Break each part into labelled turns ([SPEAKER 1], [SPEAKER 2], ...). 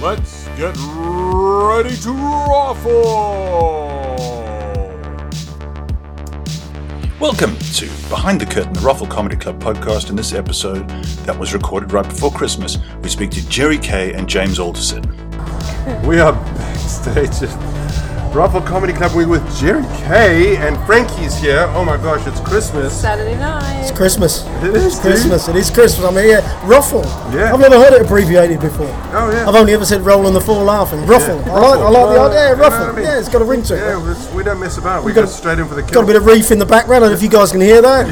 [SPEAKER 1] Let's get ready to raffle!
[SPEAKER 2] Welcome to Behind the Curtain, the Ruffle Comedy Club podcast. In this episode that was recorded right before Christmas, we speak to Jerry Kay and James Alderson.
[SPEAKER 3] We are backstage at Ruffle Comedy Club. We're with Jerry Kay and Frankie's here. Oh my gosh, it's Christmas.
[SPEAKER 4] Saturday night.
[SPEAKER 5] It's Christmas.
[SPEAKER 3] It is,
[SPEAKER 5] It's
[SPEAKER 3] dude.
[SPEAKER 5] Christmas. It is Christmas. I mean, yeah, ruffle.
[SPEAKER 3] Hmm? Yeah.
[SPEAKER 5] I've never heard it abbreviated before.
[SPEAKER 3] Oh, yeah.
[SPEAKER 5] I've only ever said roll on the floor laughing. Ruffle. I like. I like the
[SPEAKER 3] Well,
[SPEAKER 5] idea. Yeah,
[SPEAKER 3] you know
[SPEAKER 5] ruffle.
[SPEAKER 3] what I mean?
[SPEAKER 5] Yeah, it's got a ring to it.
[SPEAKER 3] Yeah, we- we don't mess about. We
[SPEAKER 5] got
[SPEAKER 3] go
[SPEAKER 5] a-
[SPEAKER 3] straight in for the
[SPEAKER 5] Got a
[SPEAKER 3] kill.
[SPEAKER 5] bit of reef in the background. I don't know if you guys can hear that.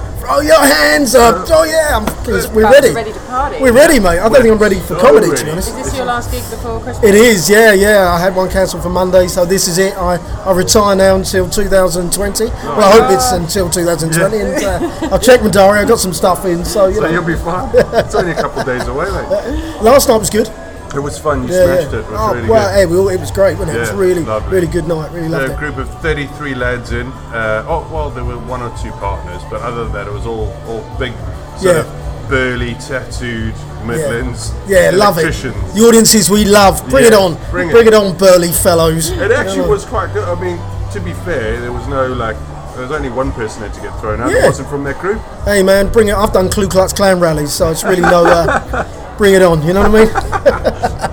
[SPEAKER 3] Yeah.
[SPEAKER 5] Throw your hands up. Oh yeah, I'm, please, we're
[SPEAKER 4] Guys,
[SPEAKER 5] ready.
[SPEAKER 4] ready to party.
[SPEAKER 5] We're ready, mate. I don't think I'm ready for comedy, to
[SPEAKER 3] ready.
[SPEAKER 5] be honest.
[SPEAKER 4] Is this your last gig before Christmas?
[SPEAKER 5] It is, yeah, yeah. I had one cancelled for Monday, so this is it. I, I retire now until 2020. Well, I hope it's until 2020. And uh, I checked my diary. I got some stuff in, so you
[SPEAKER 3] So
[SPEAKER 5] know.
[SPEAKER 3] you'll be fine. It's only a couple of days away, mate.
[SPEAKER 5] Last night was good.
[SPEAKER 3] It was fun. You
[SPEAKER 5] Yeah,
[SPEAKER 3] smashed
[SPEAKER 5] yeah.
[SPEAKER 3] it. It was
[SPEAKER 5] oh,
[SPEAKER 3] really
[SPEAKER 5] well,
[SPEAKER 3] good.
[SPEAKER 5] hey, we all, it was great, wasn't it? it
[SPEAKER 3] Yeah,
[SPEAKER 5] was really,
[SPEAKER 3] lovely.
[SPEAKER 5] really good night. Really
[SPEAKER 3] A
[SPEAKER 5] loved it.
[SPEAKER 3] group of 33 lads in. Uh, oh, well, there were one or two partners, but other than that, it was all all big, sort
[SPEAKER 5] Yeah.
[SPEAKER 3] of burly, tattooed Midlands
[SPEAKER 5] Yeah, love it.
[SPEAKER 3] electricians.
[SPEAKER 5] The audiences we love. Bring it
[SPEAKER 3] Yeah,
[SPEAKER 5] on.
[SPEAKER 3] bring
[SPEAKER 5] Bring,
[SPEAKER 3] it.
[SPEAKER 5] it. on, burly fellows.
[SPEAKER 3] It actually was quite good. I mean, to be fair, there was no like. There was only one person had to get thrown out. It
[SPEAKER 5] Yeah.
[SPEAKER 3] wasn't from that group.
[SPEAKER 5] Hey, man, bring it. I've done Ku Klux Klan rallies, so it's really no. Uh, bring it on. You know what I mean?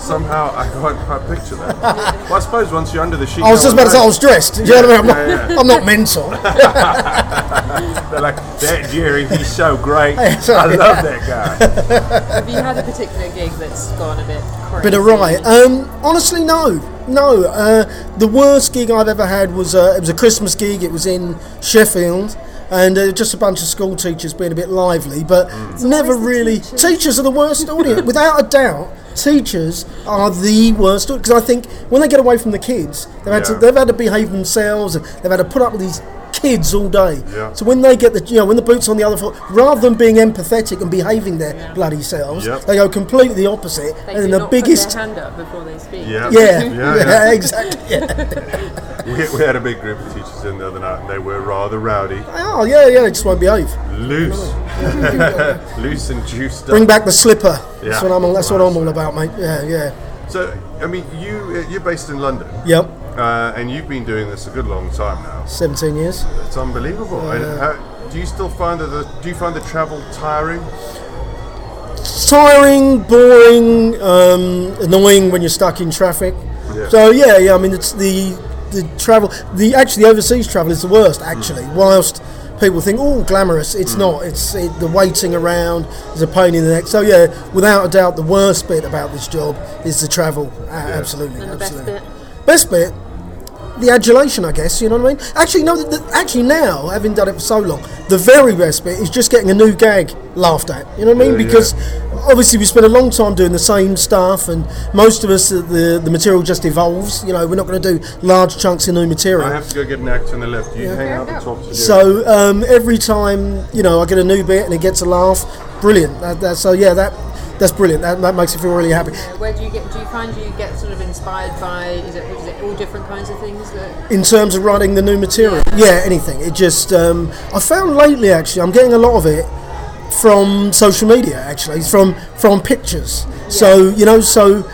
[SPEAKER 3] Somehow I can't quite picture that. well, I suppose once you're under the sheet,
[SPEAKER 5] I was
[SPEAKER 3] no
[SPEAKER 5] just
[SPEAKER 3] one
[SPEAKER 5] about to say I
[SPEAKER 3] knows.
[SPEAKER 5] was dressed. You know what I mean? I'm,
[SPEAKER 3] Yeah,
[SPEAKER 5] not, I'm not mental.
[SPEAKER 3] They're like that Jerry. He's so great. I
[SPEAKER 5] sorry.
[SPEAKER 3] love that guy.
[SPEAKER 4] Have you had a particular gig that's gone a bit crazy?
[SPEAKER 5] Bit of riot. Um, honestly, no, no. Uh, the worst gig I've ever had was uh, it was a Christmas gig. It was in Sheffield, and uh, just a bunch of school teachers being a bit lively, but
[SPEAKER 3] Mm.
[SPEAKER 5] never really. Teachers. are the worst audience, without a doubt. Teachers are the worst because I think when they get away from the kids, they've had
[SPEAKER 3] Yeah.
[SPEAKER 5] to they've had to behave themselves. and They've had to put up with these kids all day.
[SPEAKER 3] Yeah.
[SPEAKER 5] So when they get the you know when the boots on the other foot, rather than being empathetic and behaving their bloody selves,
[SPEAKER 3] Yep.
[SPEAKER 5] they go completely the opposite
[SPEAKER 4] They do
[SPEAKER 5] and then the
[SPEAKER 4] not
[SPEAKER 5] biggest
[SPEAKER 4] Put their hand up before they speak.
[SPEAKER 3] Yeah.
[SPEAKER 5] yeah,
[SPEAKER 3] Yeah,
[SPEAKER 5] yeah,
[SPEAKER 3] yeah.
[SPEAKER 5] exactly. Yeah.
[SPEAKER 3] We, we had a big group of teachers in the other night, and they were rather rowdy,
[SPEAKER 5] Oh, yeah, yeah, it just won't behave.
[SPEAKER 3] loose, loose and juiced
[SPEAKER 5] Bring
[SPEAKER 3] up.
[SPEAKER 5] back the slipper.
[SPEAKER 3] Yeah.
[SPEAKER 5] That's what I'm. all- That's what I'm all about, mate. Yeah, yeah,
[SPEAKER 3] So, I mean, you you're based in London,
[SPEAKER 5] yep.
[SPEAKER 3] uh, and you've been doing this a good long time now.
[SPEAKER 5] Seventeen years.
[SPEAKER 3] It's unbelievable. and how, do you still find that the do you find the travel tiring?
[SPEAKER 5] tiring, boring, um, annoying when you're stuck in traffic.
[SPEAKER 3] Yeah.
[SPEAKER 5] So yeah, yeah. I mean, it's the the travel. The actually the overseas travel is the worst. Actually, whilst people think oh glamorous, it's not. It's it, the waiting around is a pain in the neck. So yeah, without a doubt, the worst bit about this job is the travel. A- Absolutely,
[SPEAKER 4] And the best
[SPEAKER 5] absolutely. Best bit. The adulation, I guess. You know what I mean? Actually, no. The, the- actually, now having done it for so long, the very best bit is just getting a new gag laughed at. You know what I mean?
[SPEAKER 3] Yeah, yeah.
[SPEAKER 5] because obviously we spend a long time doing the same stuff and most of us uh, the the material just evolves you know we're not going to do large chunks of new
[SPEAKER 3] I
[SPEAKER 5] material
[SPEAKER 3] have to go get an act on the left. You hang out and talk to you.
[SPEAKER 5] so um, every time you know i get a new bit and it gets a laugh brilliant that, that, so yeah that that's brilliant that, that makes me feel really happy
[SPEAKER 4] Where do you get? Do you find you get sort of inspired by? Is it, is it all different kinds of things that?
[SPEAKER 5] in terms of writing the new material yeah anything it just um, i found lately actually i'm getting a lot of it from social media actually from from pictures so you know so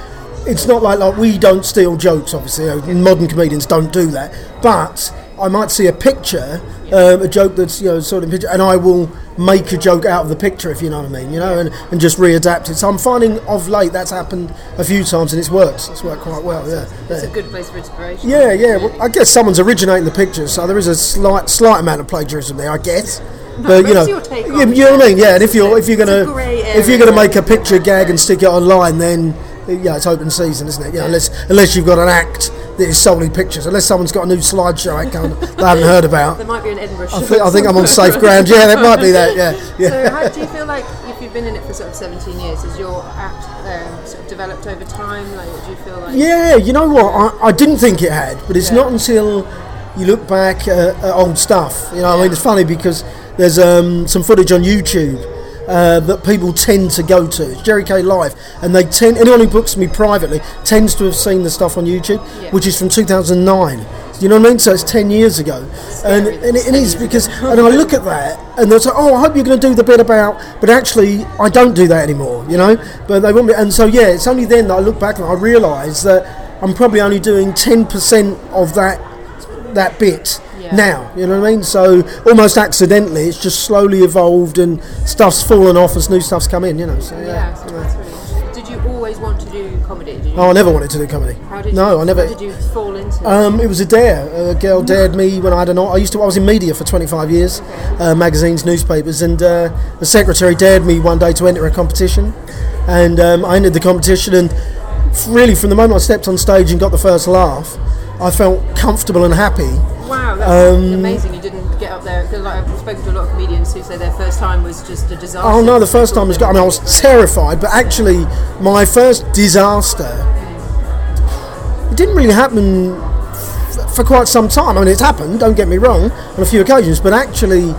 [SPEAKER 5] it's not like like we don't steal jokes obviously you know, modern comedians don't do that but i might see a picture um, a joke that's you know sort of picture and i will make a joke out of the picture if you know what i mean you know and, and just readapt it so i'm finding of late that's happened a few times and it's worked it's worked quite well yeah
[SPEAKER 4] It's
[SPEAKER 5] Yeah.
[SPEAKER 4] a good place for inspiration.
[SPEAKER 5] Yeah, yeah. Well, I guess someone's originating the picture, so there is a slight, slight amount of plagiarism there, I guess. But you know,
[SPEAKER 4] That's your take
[SPEAKER 5] you,
[SPEAKER 4] on it.
[SPEAKER 5] you know what I mean. Yeah, and if you're if you're
[SPEAKER 4] It's a
[SPEAKER 5] gonna
[SPEAKER 4] grey
[SPEAKER 5] if you're gonna
[SPEAKER 4] area.
[SPEAKER 5] make a picture gag and stick it online, then yeah, it's open season, isn't it? Yeah, unless unless you've got an act that is solely pictures, unless someone's got a new slideshow act on that I haven't heard about.
[SPEAKER 4] There might be an Edinburgh.
[SPEAKER 5] I think, I think I'm on safe ground. Yeah, that might be that. Yeah, yeah.
[SPEAKER 4] So, how do you feel like if you've been in it for sort of 17 years, has your act um, sort of developed over time? Like, what do you feel like?
[SPEAKER 5] Yeah, you know what? I, I didn't think it had, but it's not until you look back uh, at old stuff. You know, I mean, it's funny because there's um, some footage on YouTube uh, that people tend to go to. It's Jerry K Live, and they tend anyone who books me privately tends to have seen the stuff on YouTube,
[SPEAKER 4] Yeah.
[SPEAKER 5] which is from 2009. You know what I mean? So it's ten years ago, and and it, it is because and I look at that and they'll say, "Oh, I hope you're going to do the bit about," but actually I don't do that anymore. You know, but they want me, and so yeah, it's only then that I look back and I realise that I'm probably only doing ten percent of that that bit
[SPEAKER 4] Yeah.
[SPEAKER 5] now. You know what I mean? So almost accidentally, it's just slowly evolved and stuff's fallen off as new stuff's come in. You know, so
[SPEAKER 4] Yeah,
[SPEAKER 5] yeah.
[SPEAKER 4] so that's really interesting. Did you always want to do comedy? Did you,
[SPEAKER 5] Oh, I never wanted to do comedy.
[SPEAKER 4] how did
[SPEAKER 5] no,
[SPEAKER 4] you,
[SPEAKER 5] I never.
[SPEAKER 4] How did you fall into it?
[SPEAKER 5] Um, it was a dare. A girl dared me when I had an. I used to. I was in media for 25 years, uh, magazines, newspapers, and uh, the secretary dared me one day to enter a competition, and um, I entered the competition. And f- really, from the moment I stepped on stage and got the first laugh, I felt comfortable and happy.
[SPEAKER 4] Wow, that's
[SPEAKER 5] um,
[SPEAKER 4] amazing. You didn't get up there because like, I've spoken to a lot of comedians who say their first time was just a disaster.
[SPEAKER 5] Oh no, the first time was. I mean, I was terrified, but actually, my first disaster. It didn't really happen f- for quite some time. I mean, it's happened. Don't get me wrong, on a few occasions, but actually,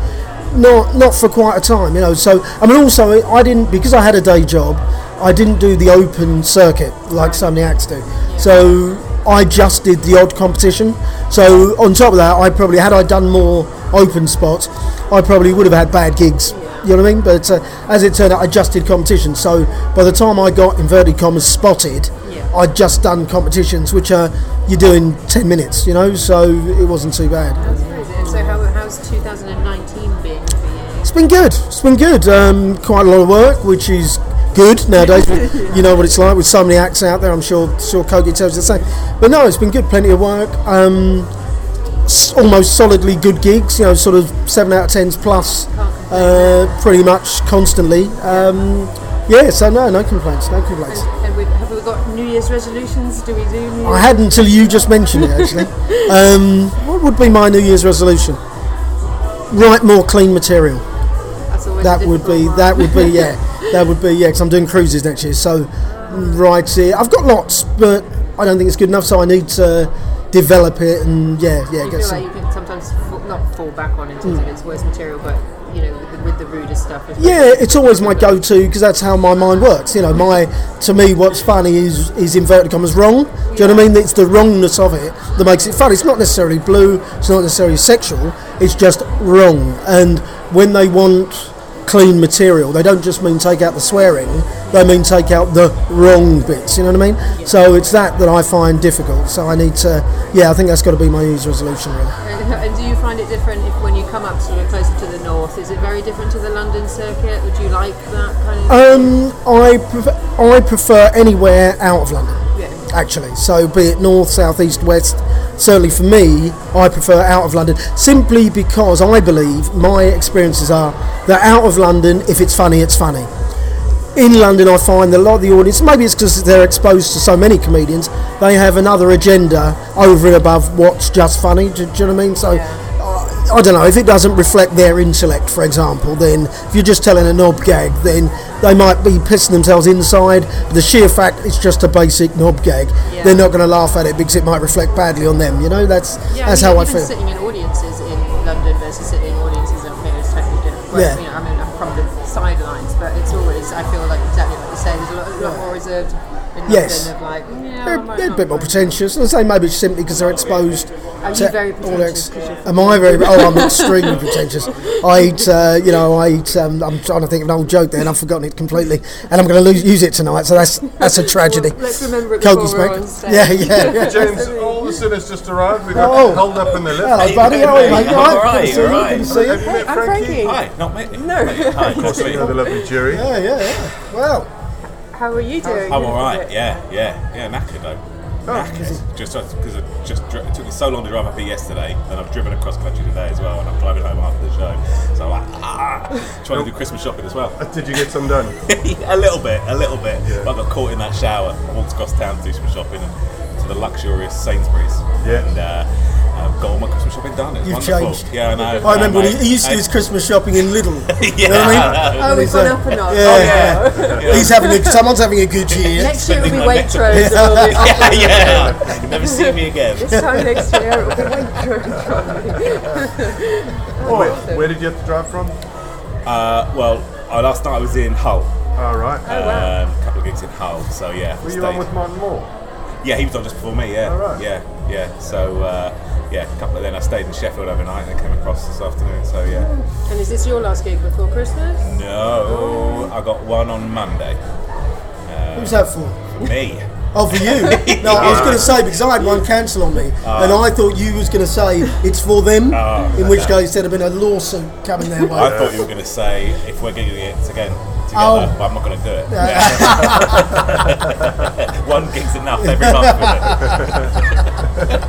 [SPEAKER 5] not not for quite a time. You know. So I mean, also I didn't because I had a day job. I didn't do the open circuit like so many acts do. So I just did the odd competition. So on top of that, I probably had I done more open spots, I probably would have had bad gigs. You know what I mean? But uh, as it turned out, I just did competitions. So by the time I got inverted commas spotted,
[SPEAKER 4] Yeah.
[SPEAKER 5] I'd just done competitions, which are you do in ten minutes, you know, so it wasn't too bad.
[SPEAKER 4] That's crazy. And so, how, how's 2019 been for you?
[SPEAKER 5] It's been good. It's been good. Um, quite a lot of work, which is good nowadays. You know what it's like with so many acts out there. I'm sure sure Kogi tells you the same. But no, it's been good. Plenty of work. Um, s- almost solidly good gigs. You know, sort of seven out of tens plus, uh, pretty much constantly. Um, yeah. So no, no complaints. No complaints.
[SPEAKER 4] And we've, have we got New Year's resolutions? Do we do New
[SPEAKER 5] I
[SPEAKER 4] Year's?
[SPEAKER 5] had until you just mentioned it, actually. um, what would be my New Year's resolution? Write more clean material.
[SPEAKER 4] That's always a
[SPEAKER 5] That would
[SPEAKER 4] difficult
[SPEAKER 5] be.
[SPEAKER 4] one.
[SPEAKER 5] That would be. Yeah. That would be. Yeah. Because I'm doing cruises next year, so mm, write it. I've got lots, but I don't think it's good enough. So I need to develop it and yeah, yeah,
[SPEAKER 4] You feel
[SPEAKER 5] get
[SPEAKER 4] like
[SPEAKER 5] some. Hmm.
[SPEAKER 4] you can sometimes fall, not fall back on in terms of its worst material, but you know, with the, with the ruder stuff. it's-
[SPEAKER 5] Yeah, it's always my go-to because that's how my mind works. You know, my to me, what's funny is is inverted commas wrong. Do you know what I mean? It's the wrongness of it that makes it funny. It's not necessarily blue. It's not necessarily sexual. It's just wrong. And when they want clean material, they don't just mean take out the swearing. They mean take out the wrong bits. You know what I mean? So it's that that I find difficult. So I need to. Yeah, I think that's got to be my New year's resolution. Really.
[SPEAKER 4] And, and do you find it different if when you come up sort of closer to the north? Is it very different to the London circuit? Would you like that kind of?
[SPEAKER 5] Um, I prefer, I prefer anywhere out of London.
[SPEAKER 4] Yeah.
[SPEAKER 5] Actually, so be it north, south, east, west. Certainly for me, I prefer out of London simply because I believe my experiences are that out of London, if it's funny, it's funny. In London, I find that a lot of the audience, maybe it's because they're exposed to so many comedians, they have another agenda over and above what's just funny. Do, do you know what I mean? So I I don't know, if it doesn't reflect their intellect, for example, then if you're just telling a knob gag, then they might be pissing themselves inside. But the sheer fact it's just a basic knob gag,
[SPEAKER 4] Yeah.
[SPEAKER 5] they're not going to laugh at it because it might reflect badly on them. You know, that's
[SPEAKER 4] Yeah,
[SPEAKER 5] that's
[SPEAKER 4] I mean,
[SPEAKER 5] how I
[SPEAKER 4] even
[SPEAKER 5] feel.
[SPEAKER 4] Sitting in audiences in London versus sitting in audiences up here is totally different. Well,
[SPEAKER 5] Yeah.
[SPEAKER 4] you know, I mean, I'm from the sidelines, but it's always I feel like exactly what you say. There's a lot, a lot more reserved in
[SPEAKER 5] Yes.
[SPEAKER 4] London of like, yeah, I
[SPEAKER 5] They're,
[SPEAKER 4] might
[SPEAKER 5] they're a
[SPEAKER 4] not
[SPEAKER 5] bit more
[SPEAKER 4] find-
[SPEAKER 5] pretentious. And I say maybe it's simply because they're exposed.
[SPEAKER 4] Are you
[SPEAKER 5] to
[SPEAKER 4] very
[SPEAKER 5] all
[SPEAKER 4] pretentious
[SPEAKER 5] ex-
[SPEAKER 4] 'cause you're-
[SPEAKER 5] Am I very? Oh, I'm extremely pretentious. I eat, uh, you know, I eat. Um, I'm trying to think of an old joke there, and I've forgotten it completely. And I'm going to lose, use it tonight, so that's that's a tragedy.
[SPEAKER 4] Let's remember it
[SPEAKER 5] Kogi's
[SPEAKER 4] before we're
[SPEAKER 5] back.
[SPEAKER 4] on stage.
[SPEAKER 5] Yeah, yeah. yeah.
[SPEAKER 3] James Alderson has just arrived. We got
[SPEAKER 5] Oh.
[SPEAKER 3] held up in the lift.
[SPEAKER 5] Hello, Oh, buddy. How are you, mate?
[SPEAKER 6] I'm
[SPEAKER 5] All
[SPEAKER 6] all
[SPEAKER 5] right,
[SPEAKER 6] right,
[SPEAKER 5] Good to see you.
[SPEAKER 6] all
[SPEAKER 5] Good
[SPEAKER 6] right.
[SPEAKER 5] to see you.
[SPEAKER 3] Have you met
[SPEAKER 4] I'm
[SPEAKER 3] Frankie?
[SPEAKER 4] Frankie.
[SPEAKER 6] Hi, not me.
[SPEAKER 4] No.
[SPEAKER 6] Hi, of course me.
[SPEAKER 3] You know the lovely Jerry.
[SPEAKER 5] Yeah, yeah, yeah. Wow.
[SPEAKER 4] How are you doing?
[SPEAKER 6] I'm alright, yeah, yeah, yeah, knackered though.
[SPEAKER 5] Oh,
[SPEAKER 6] Knackered. Just because it just dri- it took me so long to drive up here yesterday, and I've driven across country today as well, and I'm driving home after the show. So I'm like, ah, trying to do Christmas shopping as well.
[SPEAKER 3] Uh, Did you get some done?
[SPEAKER 6] a little bit, a little bit. But I got caught in that shower. I walked across town to do some shopping and to the luxurious Sainsbury's.
[SPEAKER 3] Yeah.
[SPEAKER 6] And uh, I've got all my Christmas shopping done. It's
[SPEAKER 5] You've
[SPEAKER 6] wonderful.
[SPEAKER 5] changed.
[SPEAKER 6] Yeah, I know.
[SPEAKER 5] I remember when
[SPEAKER 6] mate.
[SPEAKER 5] he, he used to do his Christmas shopping in Lidl. You
[SPEAKER 6] Yeah,
[SPEAKER 5] know what
[SPEAKER 6] I
[SPEAKER 5] I mean?
[SPEAKER 6] know.
[SPEAKER 4] Oh,
[SPEAKER 5] And
[SPEAKER 4] we've
[SPEAKER 5] he's,
[SPEAKER 4] gone
[SPEAKER 5] uh,
[SPEAKER 4] up and up.
[SPEAKER 5] Yeah,
[SPEAKER 6] Yeah.
[SPEAKER 5] He's having a, someone's having a good year.
[SPEAKER 4] Next year it'll be
[SPEAKER 6] Spending my
[SPEAKER 4] Waitrose. It'll be
[SPEAKER 6] yeah, yeah. You'll never see me again.
[SPEAKER 4] This time next year it'll be Waitrose.
[SPEAKER 5] Oh,
[SPEAKER 3] Where, where did you have to drive from?
[SPEAKER 6] Uh, well, uh, last night I was in Hull.
[SPEAKER 3] All right.
[SPEAKER 5] Oh,
[SPEAKER 6] Um, a couple of gigs in Hull, so yeah.
[SPEAKER 3] Were you
[SPEAKER 6] I stayed.
[SPEAKER 3] on with Martin Moore?
[SPEAKER 6] Yeah, he was on just before me. Yeah,
[SPEAKER 3] All Oh, right.
[SPEAKER 6] yeah, yeah. So uh, yeah, a couple. Of, then I stayed in Sheffield overnight and then came across this afternoon. So yeah,
[SPEAKER 7] And is this your last gig before Christmas?
[SPEAKER 6] no, I got one on Monday.
[SPEAKER 5] Who's that for?
[SPEAKER 6] Me.
[SPEAKER 5] Oh, for you? No, I was going to say because I had one cancel on me, and I thought you was going to say it's for them. in which case there'd have been a lawsuit coming their way.
[SPEAKER 6] I thought you were going to say if we're gigging it again together,
[SPEAKER 5] Oh.
[SPEAKER 6] but I'm not going to do it. One gig's enough every month. isn't it?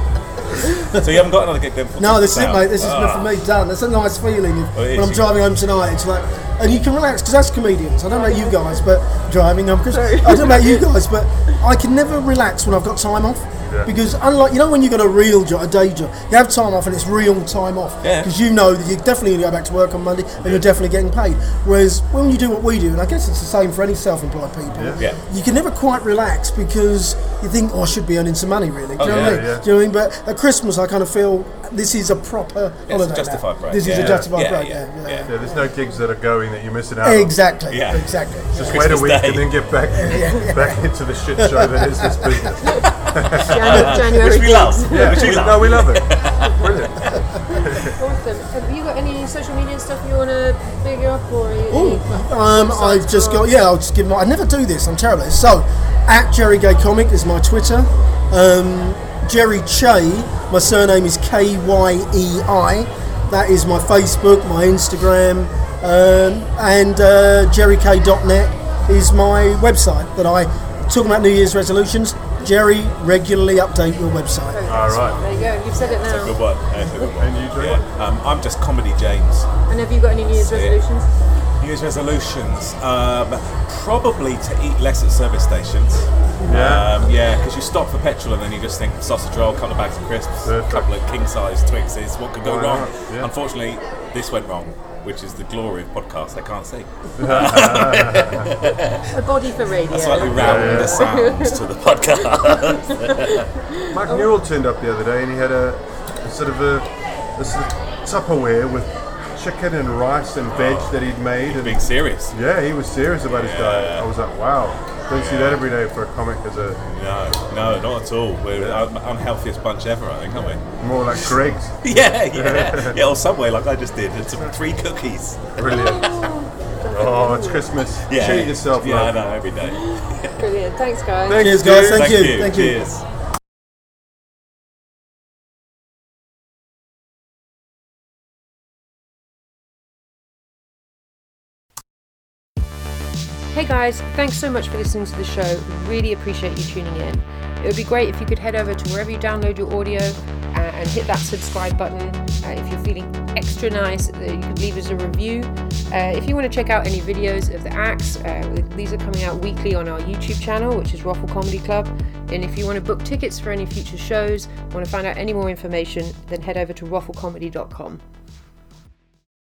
[SPEAKER 6] so you haven't got another gig then? for Ah.
[SPEAKER 5] No, this is it,
[SPEAKER 6] Christmas
[SPEAKER 5] mate. This is
[SPEAKER 6] now?
[SPEAKER 5] for me done. That's a nice feeling if-
[SPEAKER 6] Well, it is,
[SPEAKER 5] when I'm
[SPEAKER 6] you-
[SPEAKER 5] driving home tonight. It's like, and you can relax because that's comedians. I don't know about you guys, but driving, I'm just, I don't know about you guys, but I can never relax when I've got time off. Because unlike you know when you got a real job, a day job, you have time off and it's real time off.
[SPEAKER 6] Yeah.
[SPEAKER 5] Because you know that you're definitely going to go back to work on Monday and you're definitely getting paid. Whereas when you do what we do, and I guess it's the same for any self-employed people,
[SPEAKER 6] Yeah.
[SPEAKER 5] you can never quite relax because you think, oh, I should be earning some money, really. Do you know what I
[SPEAKER 6] yeah,
[SPEAKER 5] mean?
[SPEAKER 3] yeah.
[SPEAKER 5] Do you know what I mean? But at Christmas, I kind of feel this is a proper
[SPEAKER 6] It's a
[SPEAKER 5] holiday.
[SPEAKER 6] justified
[SPEAKER 5] now.
[SPEAKER 6] break.
[SPEAKER 5] This is a
[SPEAKER 6] yeah.
[SPEAKER 5] justified
[SPEAKER 6] yeah,
[SPEAKER 5] break. Yeah,
[SPEAKER 6] Yeah, yeah.
[SPEAKER 3] Yeah, there's no gigs that are going that you're missing out. on.
[SPEAKER 5] Exactly.
[SPEAKER 6] Yeah.
[SPEAKER 5] Exactly.
[SPEAKER 3] Just
[SPEAKER 6] Christmas
[SPEAKER 3] wait a week
[SPEAKER 6] Day.
[SPEAKER 3] and then get back back into the shit show that is this business.
[SPEAKER 7] Jan- January
[SPEAKER 6] Which we
[SPEAKER 7] gigs.
[SPEAKER 6] love. Which we love.
[SPEAKER 3] no, we love it. Brilliant.
[SPEAKER 7] Awesome. Have you got any social media stuff you want to big up or? Any,
[SPEAKER 5] Ooh, um,
[SPEAKER 7] Besides
[SPEAKER 5] I've just
[SPEAKER 7] for-
[SPEAKER 5] got yeah. I'll just give my. I never do this. I'm terrible. at this. So, at Jerry Gay Comic is my Twitter. Um, Jerry Che. My surname is K Y E I. That is my Facebook, my Instagram, um, and uh, JerryK.net is my website that I talking about New Year's resolutions. Jerry regularly update your website.
[SPEAKER 3] All right.
[SPEAKER 7] There you go. You've said it now.
[SPEAKER 6] Good one. That's a good one.
[SPEAKER 3] And you, Joe?
[SPEAKER 6] Yeah. Um, I'm just comedy James.
[SPEAKER 7] And have you got any New Year's
[SPEAKER 6] That's it.
[SPEAKER 7] resolutions?
[SPEAKER 6] New Year's resolutions, um, probably to eat less at service stations.
[SPEAKER 3] Yeah.
[SPEAKER 6] um, yeah, because you stop for petrol and then you just think sausage roll, couple of bags of crisps, a
[SPEAKER 3] Perfect.
[SPEAKER 6] couple of king size Twixes. What could go
[SPEAKER 3] Why
[SPEAKER 6] wrong?
[SPEAKER 3] not? Yeah.
[SPEAKER 6] Unfortunately, this went wrong, which is the glory of podcasts. I can't see.
[SPEAKER 7] A body for radio.
[SPEAKER 6] Slightly round the sounds to the podcast.
[SPEAKER 3] Mike Newell turned up the other day and he had a, a sort of a, a sort of Tupperware with chicken and rice and veg that he'd made.
[SPEAKER 6] Being
[SPEAKER 3] And
[SPEAKER 6] serious.
[SPEAKER 3] yeah, he was serious about his diet. I was like, wow. Don't see that every day for a comic as a
[SPEAKER 6] No, no, not at all. We're the un- unhealthiest bunch ever, I think, aren't we?
[SPEAKER 3] more like Greg's.
[SPEAKER 6] Yeah, yeah. yeah, or Subway, like I just did. It's three cookies.
[SPEAKER 3] Brilliant. Oh, it's Christmas.
[SPEAKER 6] Yeah.
[SPEAKER 3] Treat yourself,
[SPEAKER 6] Yeah, I
[SPEAKER 3] love.
[SPEAKER 6] know, every day.
[SPEAKER 7] Brilliant. Thanks, guys.
[SPEAKER 3] Thank
[SPEAKER 5] Cheers, guys.
[SPEAKER 3] you.
[SPEAKER 5] Thank, you.
[SPEAKER 6] you.
[SPEAKER 5] Thank you.
[SPEAKER 6] Cheers.
[SPEAKER 7] Hey guys, thanks so much for listening to the show. Really appreciate you tuning in. It would be great if you could head over to wherever you download your audio uh, and hit that subscribe button. Uh, if you're feeling extra nice, uh, you could leave us a review. Uh, if you want to check out any videos of the acts, uh, these are coming out weekly on our YouTube channel, which is Waffle Comedy Club. And if you want to book tickets for any future shows, want to find out any more information, then head over to wafflecomedy.com.